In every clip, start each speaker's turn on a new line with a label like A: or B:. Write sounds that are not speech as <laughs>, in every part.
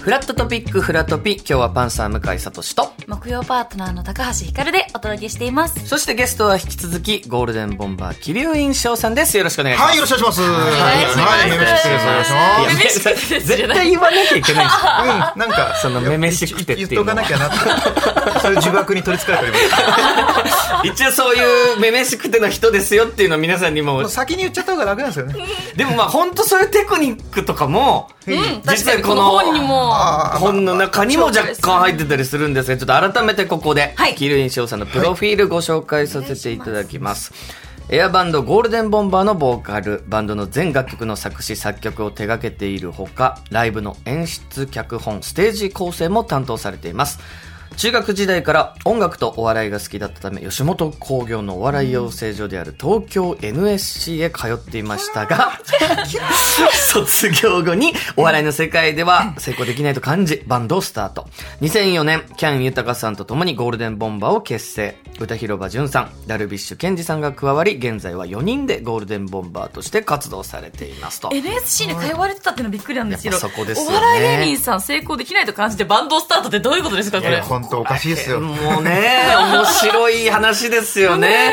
A: フラットトピックフラトピ今日はパンサー向井聡と
B: 木曜パートナーの高橋ひかるでお届けしています。
A: そしてゲストは引き続きゴールデンボンバー桐生院翔さんですよろしくお願いします、
C: はい、よろしくお願いします。お
B: 願いします
C: はい、メメシクです。お願いしま
B: いや
C: す。
B: めめしくてです
A: 絶対言わなきゃいけ
B: <laughs>
A: ないんですよ
C: うん、なんか、
A: そのめめしくてって
C: 言っ
A: いう
C: と
A: の
C: かな
A: は
C: きゃなって。そういう呪縛に取り憑かれております。
A: 一応そういうめめしくての人ですよっていうのを皆さんにも
C: もう先に言っちゃった方が楽なんですよね。
A: でもまあ本当そういうテクニックとかも
B: うん、 <laughs> 確
A: 実
B: か
A: は
B: に
A: こ
B: こ
A: の
B: の本にも。
C: あ
A: 本の中にも若干入ってたりするんですが、ちょっと改めてここで、
B: はい
A: キルイン翔さんのプロフィールご紹介させていただきます。エアバンドゴールデンボンバーのボーカル、バンドの全楽曲の作詞作曲を手掛けているほか、ライブの演出、脚本、ステージ構成も担当されています。中学時代から音楽とお笑いが好きだったため、吉本興業のお笑い養成所である東京 NSC へ通っていましたが、 <laughs> 卒業後にお笑いの世界では成功できないと感じバンドをスタート2004年キャン豊さんと共にゴールデンボンバーを結成歌広場淳さんダルビッシュ健二さんが加わり現在は4人でゴールデンボンバーとして活動されていますと
B: NSC で通われてたっていうのはびっくりなんですけど、
A: やっぱそこですよね
B: お笑い芸人さん成功できないと感じてバンドをスタートってどういうことですか、こ
C: あ、
B: れ。
C: 本当おかしいですよ。
A: もうね、面白い話ですよね。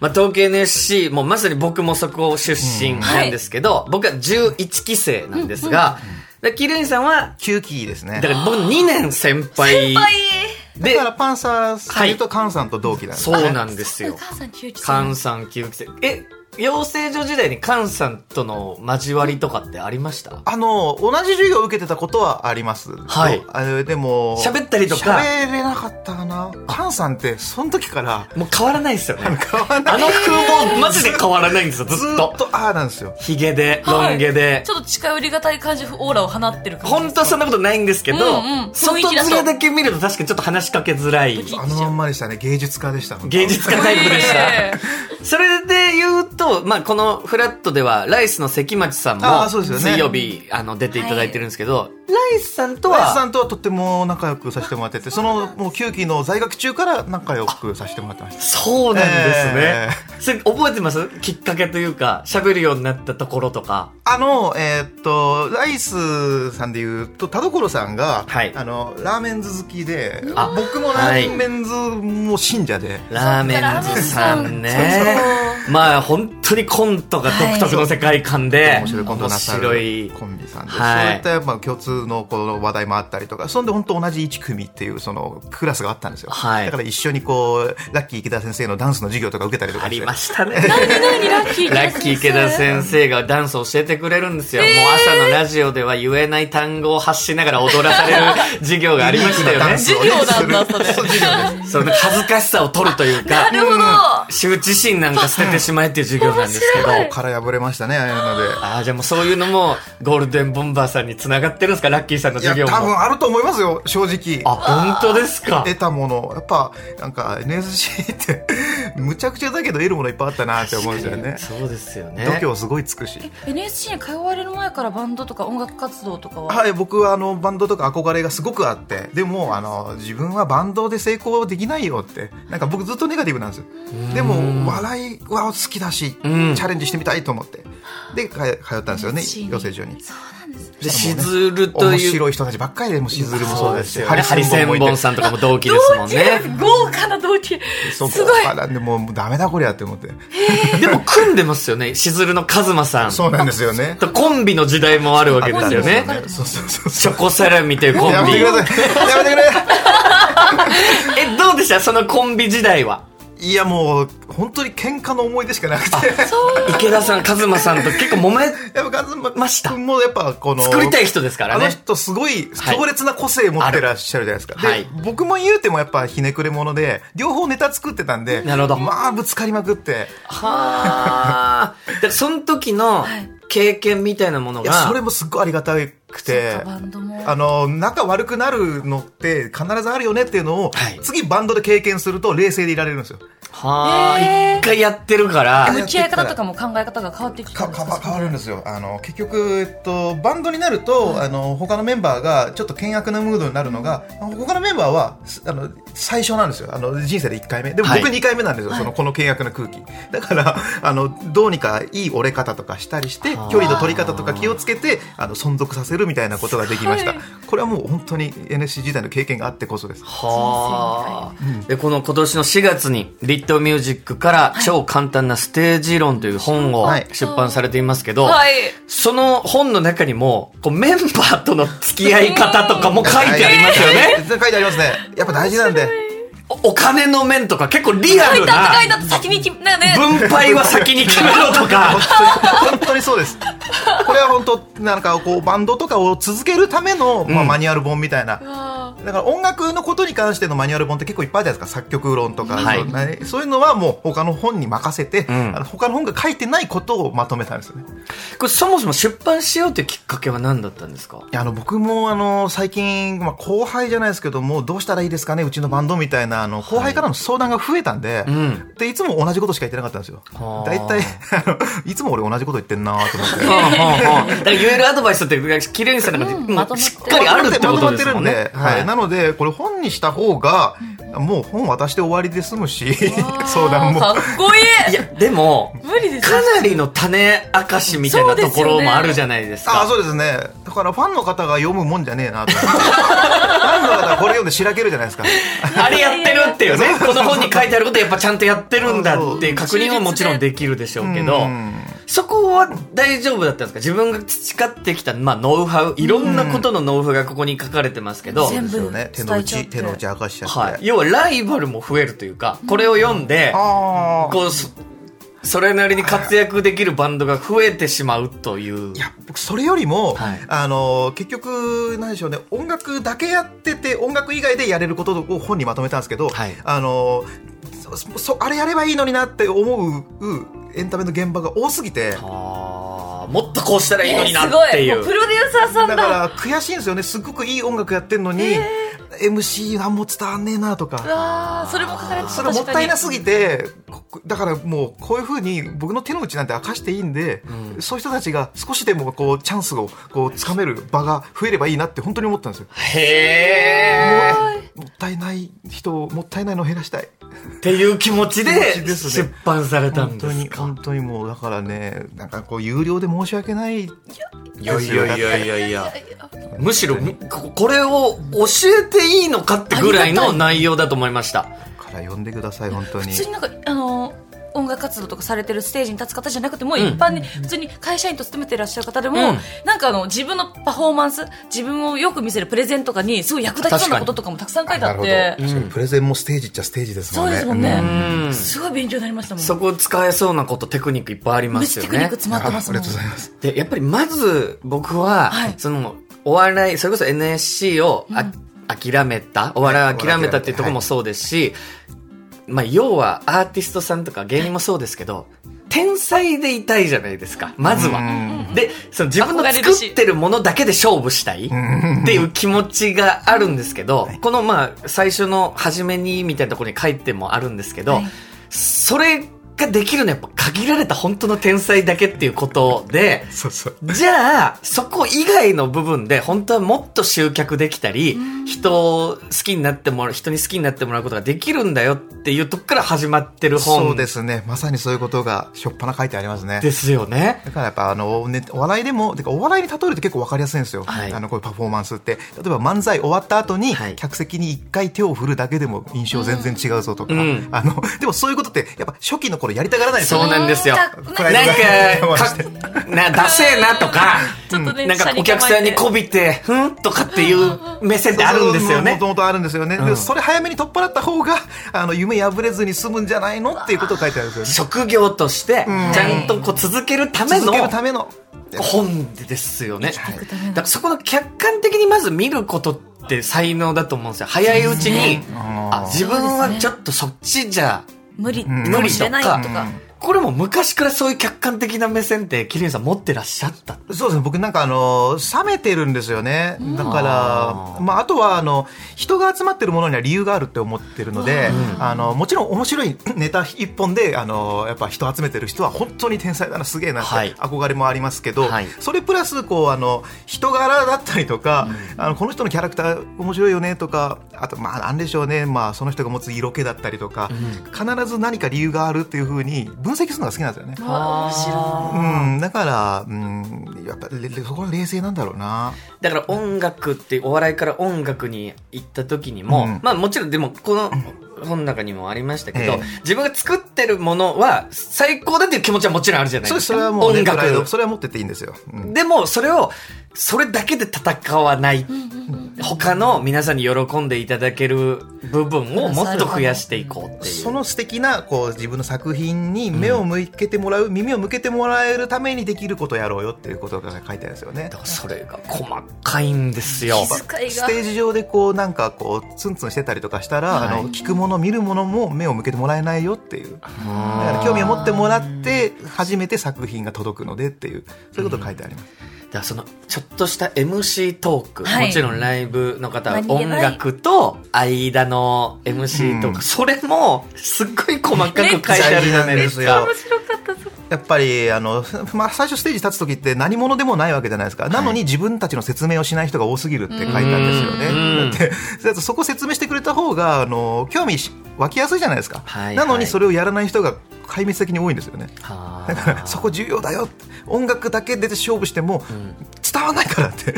A: まあ、東京 NSC、もうまさに僕もそこ出身なんですけど、僕は11期生なんですが、でキルインさんは、
C: キューキーですね。
A: だから僕2年先輩。
B: はい。
C: だ
A: で
C: から、パンサーさん言うとカンさんと同期なんですね。
A: そうなんですよ。
B: 母さん、キューチさ
A: カ
B: ん。
A: ンさん、キュウキさん。え、養成所時代にカンさんとの交わりとかってありました
C: あの、同じ授業を受けてたことはあります。
A: はい
C: あれでも、
A: 喋ったりとか
C: 喋れなかったかな。カンさんって、その時から、
A: もう変わらないですよね。
C: <laughs> 変わんない
A: あの風貌、マジで変わらないんですよ、ず
C: ず
A: っ
C: ーっ
A: と。
C: と、ああなんですよ。
A: ヒゲで、
B: はい
A: ロン毛で
B: ち。ょっと近寄りがたい感じ、オーラを放ってる感じ。
A: 本当はそんなことないんですけど、
B: うんうん
A: 外
B: 雰囲気だと
A: 面だけ見ると確かにちょっと話しかけづらい
B: 時
C: あのまんまでしたね。芸術家でした。本当
A: 芸術家タイプでし
B: い
A: た。
B: えいえ
A: それで言うと、まあ、このフラットでは、ライスの関町さん
C: あ
A: も、
C: ーそうですよね
A: 水曜日、あの、出ていただいてるんですけど、ライスさんと
C: 林さ
A: は、
C: んとはとっても仲良くさせてもらっててそのもう9期の在学中から仲良くさせてもら
A: <laughs>
C: ってました
A: そうなんですね
C: え。
A: それ覚えてますきっかけというか、喋るようになったところとか。
C: あのえーっとライスさんでいうと田所さんが、
A: はい
C: あのラーメンズ好きで
A: あ
C: 僕もラーメンズも信者で、
A: ラーメンズさん
B: ラーメンズ
A: ね。まあ、本当にコントが独特の世界観で、
C: 面白いコントなさ
A: 面白
C: る
A: い
C: コンビさんで、
A: はい
C: そういったやっぱ共通のこの話題もあったりとかそんで本当同じ1組っていうそのクラスがあったんですよ、
A: はい
C: だから一緒にこうラッキー池田先生のダンスの授業とか受けたりとか
A: あ
C: して
A: りましたね。
B: 何ラッキー
A: ラッキー池田先生がダンスを教えてくれるんですよ。もう朝のラジオでは言えない単語を発しながら踊らされる授業がありましたよね。
B: 授業なんだそれ
C: そう授業です
A: その恥ずかしさを取るというか
B: な、るほど。
A: 羞恥心なんか捨ててしまえっていう授業なんですけど。
C: 殻破れましたねああいうので
A: ああ、じゃあもうそういうのもゴールデンボンバーさんに繋がってるんですかラッキーさんの
C: いや
A: 授業
C: 多分
A: も。
C: あると思いますよ正直
A: あ、本当ですか
C: 得たものやっぱなんか NSC ってむちゃくちゃだけど得るものいっぱいあったなって思うんですよね
A: そうですよね。
C: 度胸すごいつくし
B: NSC に通われる前からバンドとか音楽活動とかは
C: はい僕はあのバンドとか憧れがすごくあってでもあの自分はバンドで成功できないよってなんか僕ずっとネガティブなんですよでも笑いは好きだし、
A: うん
C: チャレンジしてみたいと思ってでか通ったんですよね
B: NSC に
C: 養成所に
B: そうなんですね
A: で、しずると
C: 面
A: いう。
C: 白い人たちばっかりでもうしずるもそうですし、
A: よね。ハリセンボンさんとかも同期ですもんね。
B: 豪華な同期
C: そこ
B: すごい
C: からでももうダメだこりゃって思って。
A: でも組んでますよね。しずるのカズマさん。
C: そうなんですよね。
A: とコンビの時代もあるわけですよね。
C: そうそうそう
A: チ
C: そ
A: ョコセラミというコ
C: う。
A: ン
C: やめ
A: ビ
C: て。ください。やめてくれ。
A: え、どうでしたそのコンビ時代は。
C: いやもう本当に喧嘩の思い出しかなくて。
B: そう
A: 池田さん、カズマさんと結構揉め、
C: やっぱカズマ
A: ました
C: もうやっぱこの。
A: 作りたい人ですから
C: あの
A: ね。
C: 人すごい
A: はい
C: 強烈な個性持ってらっしゃるじゃないですか。で、
A: はい
C: 僕も言うてもやっぱひねくれ者で、両方ネタ作ってたんで、
A: なるほど
C: まあぶつかりまくって。
A: はあ。だからその時の
B: はい
A: 経験みたいなもの
C: いや、
A: が
C: それ、もすっごいありがたくて
B: そっか。バンドも
C: あの仲悪くなるのって必ずあるよねっていうのを、
A: はい
C: 次バンドで経験すると冷静でいられるんですよ。
A: はあ、
B: へー
A: 一回やってるから、
B: 向き合い方とかも考え方が変わってき
C: か
B: たんです
C: か
B: か
C: 変わるんですよあの結局、えっと、バンドになると、あの他のメンバーがちょっと険悪なムードになるのが他のメンバーはすあの最初なんですよあの人生で1回目でも
A: はい
C: 僕2回目なんですよ、そのこの険悪な空気だからあのどうにかいい折れ方とかしたりして
A: はあ
C: 距離の取り方とか気をつけてあの存続させるみたいなことができました、したこれはもう本当に NSC 時代の経験があってこそです
A: はあ、でこの今年の4月に「リットミュージック」から「超簡単なステージ論」という本を
C: はい
A: 出版されていますけど、
B: はい。
A: その本の中にもこうメンバーとの付き合い方とかも書いてありますよね。
C: はい書いてありますねやっぱ大事なんで
A: おお金の面とか結構リア
B: 書
A: ル
B: いたって書い
A: な
B: たって先にき、なんかね。
A: 分配は先に決めろと
C: 本
B: <laughs>
A: か。
C: 当に本当にそうですこれは本当なんかこうバンドとかを続けるための、まあ、
A: うん
C: マニュアル本みたいな、
B: あ
C: だから音楽のことに関してのマニュアル本って結構いっぱいあるじゃないですか作曲論とか、
A: はい
C: そうねそういうのはもう他の本に任せて、
A: うん
C: あの他の本が書いてないことをまとめたんですよね
A: これそもそも出版しようというきっかけは何だったんですか
C: いやあの僕もあの最近、まあ、後輩じゃないですけどもどうしたらいいですかねうちのバンドみたいなあの後輩からの相談が増えたんで、
A: うん。
C: でいつも同じことしか言ってなかったんですよ
A: あー
C: 大体あのいつも俺同じこと言ってんなと思って
A: うんうんうんだから言えるアドバイスってきれいにさんなんか
B: うん
A: も
B: まとまっ
A: う
B: て
A: しっかりあるってことですもん
C: まとまってる
A: ね。
C: んで、はいなのでこれ本にした方が、もう本渡して終わりで済むし
A: <laughs>
B: ー
C: 相談も
B: かっこい
A: い
B: い。
A: やでも
B: 無理ですよ。
A: かなりの種明かしみたいなところもあるじゃないです
C: あ
A: か。
C: あそうですねだからファンの方が読むもんじゃねえなと思ってファンの方がこれ読んでしらけるじゃないですか
A: <laughs> あれやってるってい
C: <laughs>
A: うね。この本に書いてあることやっぱちゃんとやってるんだっていう確認はもちろんできるでしょうけど
C: う、ん
A: そこは大丈夫だったんですか自分が培ってきた、まあ、ノウハウ、いろんなことのノウハウがここに書かれてますけど、
B: 全部
C: そうね手の内手の内明かしちゃって、
A: はい。要はライバルも増えるというか、これを読んで、
C: ああ
A: こう、そそれなりに活躍できるバンドが増えてしまうという
C: い。や僕それよりも、
A: はい
C: あの結局なんでしょうね音楽だけやってて音楽以外でやれることを本にまとめたんですけど、
A: はい
C: あのそそあれやればいいのになって思うエンタメの現場が多すぎて
A: あーもっとこうしたらいいのにな
B: す
A: っ
B: ご
A: て
B: い。
A: い
B: も
A: う
B: うプ。ロデューサーさん
C: だ
B: だ。
C: から悔しいんですよねすっごくいい音楽やってんのに、MC 何も伝わんねえなと
B: う
C: か
B: わーそれも書かれてた
C: それもったいなすぎてこだからもうこういうふうに僕の手の内なんて明かしていいんで、
A: う
C: そういう人たちが少しでもこうチャンスをこう掴める場が増えればいいなって本当に思ったんですよ
A: へー。
C: もったいない人をもったいないのを減らしたい
A: っていう気持ちで
C: 気持ちです
A: 出
C: ね
A: 版されたん
C: 本
A: で
C: 当
A: す
C: に
A: か。
C: 本当にもうだからねなんかこう有料で申し訳ない
A: いやいやいやいやいや。
B: ぎ。
A: むしろここれを教えていいのかってぐらいの内容だと思いました。
C: から呼んでください本当に
B: 普通になんかあの音楽活動とかされてるステージに立つ方じゃなくてもう一般に普通に会社員と勤めてらっしゃる方でも、
A: うん
B: なんかあの自分のパフォーマンス自分をよく見せるプレゼンとかにすごい役立ちそうなこととかもたくさん書いてあって
A: ど確かに
C: プレゼンもステージっちゃステージです
B: そうですもんね、
A: うん
B: すごい勉強になりましたもん
A: そこ使えそうなことテクニックいっぱいありま
B: めっ
A: す
B: ちゃ
A: よ
B: テクニッ
A: ね
B: ク。詰まってますも
C: い
B: ん
C: ます
A: で、やっぱりまず僕は、
B: はい
A: その、お笑い、それこそ NSC をあ、諦めた、お笑いを諦めたっていうところもそうですし、まあ、要はアーティストさんとか芸人もそうですけど、天才でいたいじゃないですか、まずは。で、その自分の作ってるものだけで勝負したいっていう気持ちがあるんですけど、このまあ最初の初めにみたいなところに書いてもあるんですけど、
B: はい
A: それができるのはやっぱ限られた本当の天才だけっていうことで、
C: そうそう
A: じゃあ、そこ以外の部分で、本当はもっと集客できたり、人を好きになってもらう、人に好きになってもらうことができるんだよっていうとこから始まってる
C: そう
A: 本
C: で
A: です
C: ねまさにそういうことがしょっぱな書いてありますね
A: すよね。
C: だからやっぱあの、ね、お笑いでもてかお笑いに例えると結構わかりやすいんですよ、
A: はい
C: あのこういうパフォーマンスって例えば漫才終わった後に
A: はい
C: 客席に一回手を振るだけでも印象全然違うぞとか、
A: うん
C: あのでもそういうことってやっぱ初期の頃やりたがらないですよ
A: そうなんですよ。なん
B: なん
A: か、
B: か
A: か
C: ね
A: な、ダセえなと
B: <laughs>
A: か、
B: ちょっとね
A: なんかお客さんにこびて、ふんとかっていう目線ってあるんですよね
C: もと。もとあるんですよね、
A: ん
C: でそれ早めに取っ払った方があの夢破れずに済むんじゃないのっていうことを書いてあるんですよね
A: 職業として、ちゃんとこう続けるため
C: 続
A: の
C: けるための
A: 本ですよね。
C: はい
A: だからそこの客観的にまず見ることって才能だと思うんですよ。早いうちに、あ、自分はちょっとそっちじゃ、
B: 無理
C: ん
B: かもしれないとか,、
A: 無理とこれも昔からそういう客観的な目線って、キリンさん持ってらっしゃった。
C: そうですね僕なんかあの冷めてるんですよねだから
A: あ
C: あ,、
A: ー
C: まあ、あとはあの人が集まってるものには理由があるって思ってるので、あのもちろん面白いネタ一本であのやっぱ人集めてる人は本当に天才だなすげえなっ
A: はい
C: て憧れもありますけど、
A: はい
C: それプラスこうあの人柄だったりとか、あのこの人のキャラクター面白いよねとかあとまあなんでしょうね、まあ、その人が持つ色気だったりとか、必ず何か理由があるっていうふうに分析するのが好きなんですよね。
B: 面白い
C: うん、だから、うん、やっぱれれそこは冷静なんだろうな
A: だから音楽ってお笑いから音楽に行った時にも、
C: うん
A: まあもちろんでもこの本の中にもありましたけど、
C: ええ
A: 自分が作ってるものは最高だっていう気持ちはもちろんあるじゃない
C: そ
A: で
C: れ
A: す
C: そ
A: か
C: れはもう、ね、
A: 音
C: プライド
A: 楽
C: それは持ってっていいんですよ、うん
A: でもそれをそれだけで戦わない他の皆さんに喜んでいただける部分をもっと増やしていこうってい。
C: そうの素敵なこう自分の作品に目を向けてもらう、耳を向けてもらえるためにできることをやろうよっていうことが書いてあるんですよね
A: だからそれが細かいんですよ。
B: 遣い
C: ス
B: が
C: テージ上でこうなんかこうツンツンしてたりとかしたら、
A: はい
C: あの聞くもの見るものも目を向けてもらえないよっていうだから興味を持ってもらって初めて作品が届くのでっていうそういうことが書いてあります、
A: だからそのちょっとした MC トーク、
B: はい
A: もちろんライブの方は
B: 何気
A: 音
B: ない
A: 楽と間の MC トーク、
C: うん
A: それもすっごい細かく書いてあるじゃないです
C: めっちゃ
A: か
C: 面。
B: 白かったぞ
C: やっぱりあの、まあ、最初ステージ立つ時って何者でもないわけじゃないですか、なのに自分たちの説明をしない人が多すぎるって書いてあるんですよね、
A: うん
C: だってだってそこ説明してくれた方があの興味し湧きやすいじゃないですか、
A: はい
C: なのにそれをやらない人が壊滅的に多いんですよね
A: は
C: だから <laughs> そこ重要だよって音楽だけで勝負しても
A: ん
C: 伝わらないからって
A: ん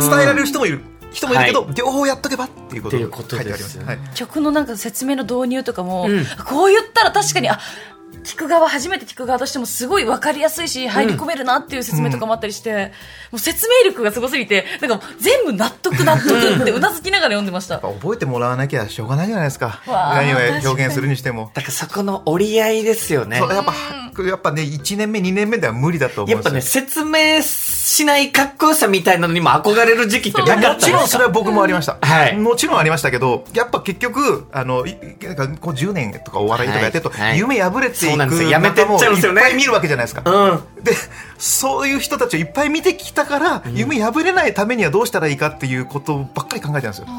C: 伝えられる人もいる人もいるけど、両方やっとけばっていうこと
A: っていうこと
C: が書いてあり
A: で
C: ますす
A: よね
C: はい
B: 曲のなんか説明の導入とかも、
A: うん
B: こう言ったら確かにあ聞く側初めて聞く側としてもすごい分かりやすいし入り込めるなっていう説明とかもあったりして、もう説明力がすごすぎてなんかもう全部納得納得ってうなずきながら読んでました
C: やっぱ覚えてもらわなきゃしょうがないじゃないですか
B: わあ
C: 何を
B: 確
C: 表
B: かに
C: 現するにしても。
A: だからそこの折り合いですよね。
C: そうやっぱやっぱね1年目2年目では無理だと思う
A: やっ
C: んで
A: ぱ
C: すよ
A: ね、説明しないかっこよさみたいなのにも憧れる時期って
C: い
A: な
C: や
A: かった
C: もちろんそれは僕もありました、
A: はい
C: もちろんありましたけどやっぱ結局あのいいなんかこう10年とかお笑いとかやってると、
A: はいはい
C: 夢破れて
A: そ
C: いう
A: なんですよ
C: く
A: やめてっちゃうんですよ
C: 仲間をい
A: ね
C: っぱい見るわけじゃないですか、
A: うん。
C: でそういう人たちをいっぱい見てきたから、夢破れないためにはどうしたらいいかっていうことばっかり考えてたんですよだ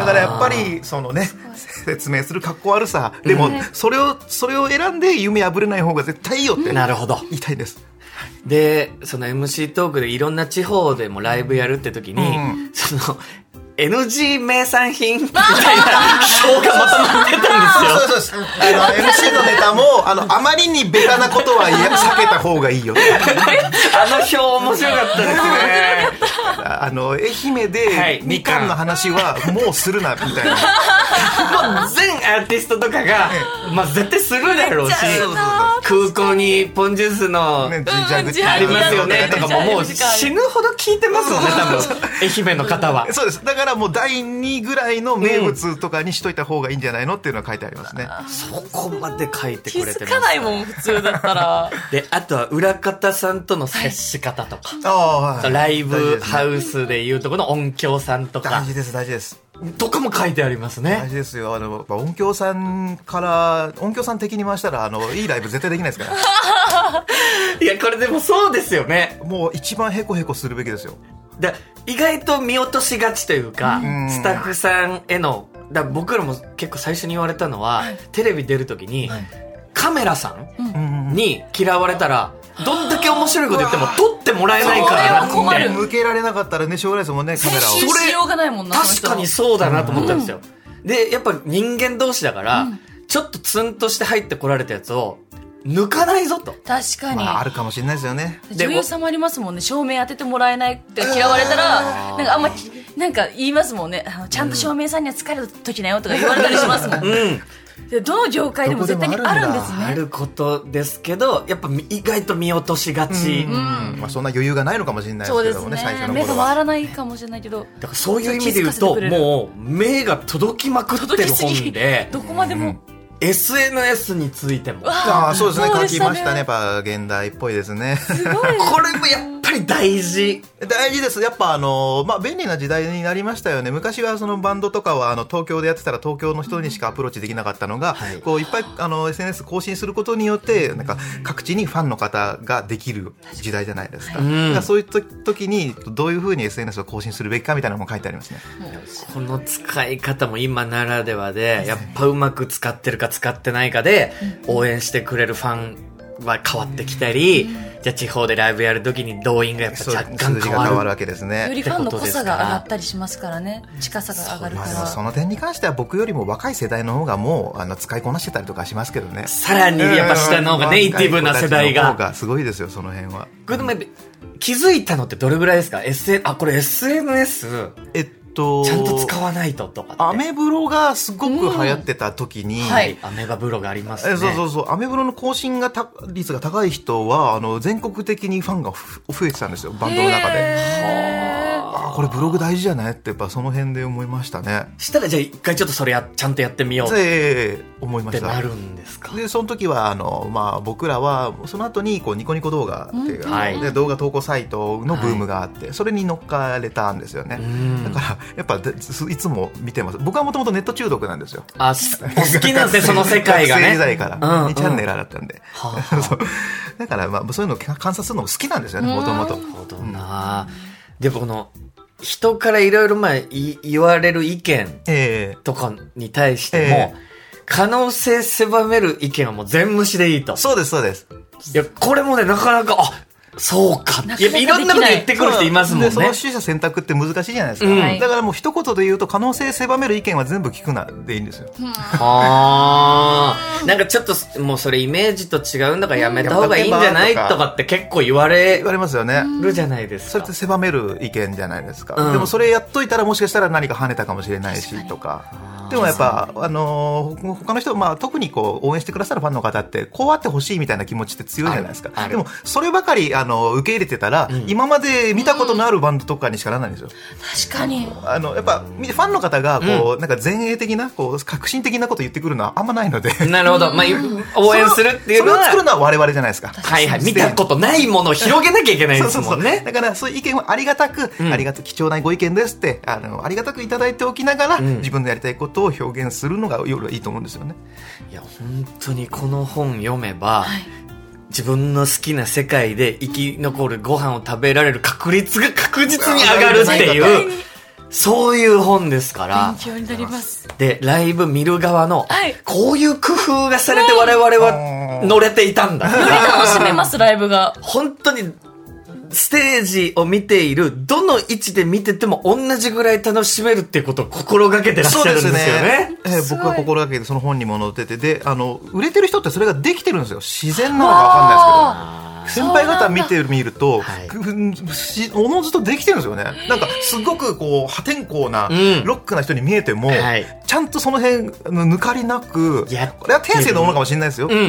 A: だ
C: からやっぱりそのね説明するかっこ悪さでもそれをそれを選んで夢破れない方が絶対いいよって
A: な
C: 言
A: るほど。
C: いたいです
A: で、その MC トークでいろんな地方でもライブやるって時に、
C: うん
A: その、NG 名産品みたいな票がまとまってたんですよ。
C: そうですあの MC のネタもあのあまりにベタなことは避けた方がいいよって
A: あの票面白かったですね。
C: あの愛媛
A: は
C: で
A: い
C: みかんの話はもうするなみたいな
A: もう全アーティストとかが、まあ絶対するだろうし、
B: めっちゃ
C: そうそ
A: 空港にポンジュースの、 <laughs>
C: うそうね神社口
A: ありますよねとかももう死ぬほど聞いてますよね多分愛媛の方は
C: そうですだからもう第2ぐらいの名物とかにしといた方がいいんじゃないのっていうのは書いてありますね、
A: そこまで書いてく
B: 気
A: れて
B: づ
A: ま
B: か
A: す
B: ないもん普通だったら
A: であとは裏方さんとの接し方とか、
C: ああはい
A: ライブハ
C: ウ
A: ウスでいうとこの音響さんと
C: 大
A: か
C: 事です大事です
A: とかも書いてあります
C: 大
A: ね
C: 事ですよあのやっぱ音響さんから音響さん的に回したらあのいいライブ絶対できないですから
A: いやこれでもそうですよね
C: もう一番ヘコヘコするべきですよ
A: だ意外と見落としがちというか
C: ん
A: スタッフさんへのだ僕らも結構最初に言われたのはテレビ出る時に、カメラさん、
C: うん
A: に嫌われたら、どんだけ面白いこと言っても撮ってもらえないか
B: それ
A: ら
B: は
A: な
B: 困る
C: 向けられなかったらね将来ですもんねカメラを
B: 編集しようがないもんな
A: 確かに
B: そ
A: そうだなと思ったんですよ。で、やっぱ人間同士だから、ちょっとツンとして入ってこられたやつを、抜かないぞ
B: の
A: と。
B: 人確かに、
C: まあ、あるかもしれないですよね
A: で
B: 女優さんもありますもんね照明当ててもらえないって嫌われたらなんかあんまきなんか言いますもんねあのちゃんと照明さんには疲れた時だよとか言われたりしますもん
A: うん。
B: でどの業界でも絶対に
C: どこでもあ
B: あ
C: る
B: るん
C: んだ
B: です
A: あ
B: ね
A: ることですけど、やっぱみ意外と見落としがち。
C: まあ、そんな余裕がないのかもしれないで
B: そう
C: すけ
B: で
C: ど
B: す
C: も
B: ね
C: ね最初の
B: 目
C: 頃
B: が
C: は
B: 回らないかもしれないけど
A: だからそういう意味で言う
B: 気づ
A: と、
B: かせてくれる
A: もう目が届きまくって
B: 届
A: る
B: きす
A: 本
B: ぎ
A: で、
B: どこまでも、
A: SNS についても。
C: ああそうですね
B: そう
C: 書
B: で
C: き
B: したね
C: ましたねやっぱ現代っぽいですね
B: すごい
A: これもやっぱり大事。
C: 大事ですやっぱあのまあ便利な時代になりましたよね昔はそのバンドとかはあの東京でやってたら東京の人にしかアプローチできなかったのが、
A: はい
C: こういっぱいあの SNS 更新することによってなんか各地にファンの方ができる時代じゃないですか,、
A: うん
C: そういうと時にどういうふうに SNS を更新するべきかみたいなのも書いてありますね
A: この使い方も今ならではで、やっぱうまく使ってるか使ってないかで、応援してくれるファンは変わってきたり、じゃあ地方でライブやるときに動員がやっぱ
C: そう
A: 若干
C: 数字
A: 変
C: が変
A: わ
C: わる
A: る。
C: わけです
B: より
C: ね。
B: ファンの濃さが上がったりしますからね近さが上がる
C: ま
B: か
C: あ、
B: ら、
C: でもその点に関しては僕よりも若い世代の方がもうあの使いこなしてたりとかしますけどね。
A: さらにやっぱ下の方がネイティブな世
C: 若
A: 代
C: い子たちの方
A: が。
C: がすごいですよその辺は。
A: これでもやっぱ気づいたのってどれぐらいですか ?S、あ、これ SNS
C: えっと
A: ちゃんと使わないととかって。
C: アメブロがすごく流行ってた時に。
B: うんは
A: はいい。アメバブロがありますね。
C: えそうそうそう、アメブロの更新がた率が高い人は、あの、全国的にファンがふ増えてたんですよ、バンドの中で。
B: へー
C: あーこれブログ大事じゃないって、やっぱその辺で思いましたね。
A: したらじゃあ一回ちょっとそれや、ちゃんとやってみようっ
C: で、思いま
A: て
C: し
A: な
C: た。
A: るんですか。
C: で、その時は、あの、まあ、僕らは、その後に、こう、ニコニコ動画っていう、
A: うんはい
C: で動画投稿サイトのブームがあって、それに乗っかれたんですよね。
A: うん
C: だから、やっぱです、いつも見てます。僕はもともとネット中毒なんですよ。
A: あ、すお好き
C: <laughs>
A: なんですね、その世界が
C: 学生時
A: ね。
C: 代から
A: うんうん
C: 2チャンネルだったんで。 <laughs>
A: はあはあ
C: そうだから、まあ、そういうのを観察するのも好きなんですよね、もともと。
A: なるほどな、でもこの人からいろいろまあい言われる意見
C: ええ
A: とかに対しても、可能性狭める意見はもう全無視でいいと
C: そうです、そうです。
A: いやこれもねなかなかあそうか
B: なかなか
A: いやいろんなこと言ってくる人いますもんね
C: でその取捨選択って難しいじゃないですか。
A: うん
B: はい
C: だからもう一言で言うと、可能性狭める意見は全部聞くなでいいんですよ。
A: はあなんかちょっともうそれイメージと違うんだからやめた方がいいんじゃないとかって結構言われ
C: 言われますよね。
A: るじゃないです
C: それ
A: か
C: って狭める意見じゃないですか、
A: うん
C: でもそれやっといたらもしかしたら何か跳ねたかもしれないしとかでもやっぱ、あのー他の人、まあ、特にこう応援してくださるファンの方ってこうあってほしいみたいな気持ちって強いじゃないです
A: あ
C: か
A: る
C: でもそればかり、あの受け入れてたら、
A: ん
C: 今まで見たことのあるバンドとかにしかならないんですよ、
B: 確かに
C: あのやっぱみファンの方がこう、なんか前衛的なこう革新的なこと言ってくるのはあんまないので
A: なるほど、まあ、応援するっていうの
C: それを
A: は
C: 作るのは我々じゃないですか
A: はいはい見たことないものを広げなきゃいけないですもんね
C: だからそういう意見はありがたく、
A: うん
C: ありがと貴重なご意見ですってあのありがたくいただいておきながら、
A: うん
C: 自分のやりたいことを表現するのが夜はいいと思うんですよね。
A: いや本当にこの本読めば、
B: はい
A: 自分の好きな世界で生き残るご飯を食べられる確率が確実に上がるって
C: 上がる
A: いうそういう本ですから
B: 勉強になります
A: でライブ見る側の、
B: はい
A: こういう工夫がされて我々は
C: うん
A: 乗れていたんだ
B: より楽しめますライブが
A: 本当にステージを見ているどの位置で見てても同じぐらい楽しめるっていうことを心がけてらっしゃるんですよね。
C: えー
B: すごい
C: 僕は心がけてその本にも載っててであの売れてる人ってそれができてるんですよ自然なのかわかんないですけど。先輩方見てみると、
A: はい
C: くしおのずとできてるんですよね。なんか、すごくこう、破天荒な
A: うん、
C: ロックな人に見えても、
A: はい
C: ちゃんとその辺、あの抜かりなく
A: やっ、
C: これは天性のものかもしれないですよ。
A: うんう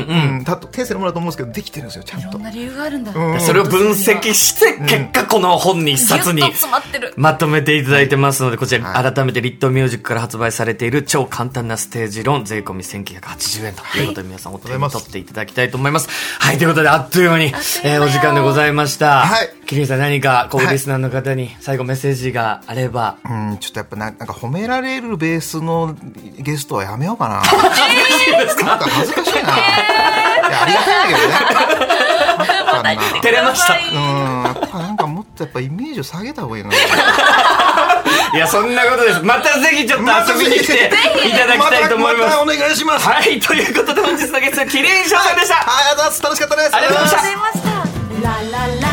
A: ん
C: た天性のものだと思うんですけど、できてるんですよ、ちゃ
B: い
C: ん
B: ろ
C: と
B: ん。な理由があるんだ、
C: うん
A: それを分析して、結果この本に一冊
B: ギ
A: に
B: ュッと詰まってる
A: まとめていただいてますので、こち
C: は
A: ら改めてリットミュージックから発売されている超簡単なステージ論、税込み1980円ということで皆さんお手に取っていただきたいと思います。はい、ということであっという間に、えーお時間でございました。
C: はい
A: キリンさん何か、こう、
C: はい
A: リスナーの方に最後メッセージがあれば。
C: うん、ちょっとやっぱな、なんか褒められるベースのゲストはやめようかな。なんか恥ずかしいな。いや、ありがたいんだけどね。
A: <laughs>
B: また
A: 照れました
C: うん、やっぱなんかもっとやっぱイメージを下げた方がいいな。
A: いや、そんなことです。またぜひちょっと遊びに来ていただきたいと思いま
C: た
A: す。
C: お願いします。
A: はい、ということで本日のゲスト、キリン翔さんでした。
C: はい、ありがとうございます。楽しかったです。
A: ありがとうございました
B: ありがとうございました
D: ラララ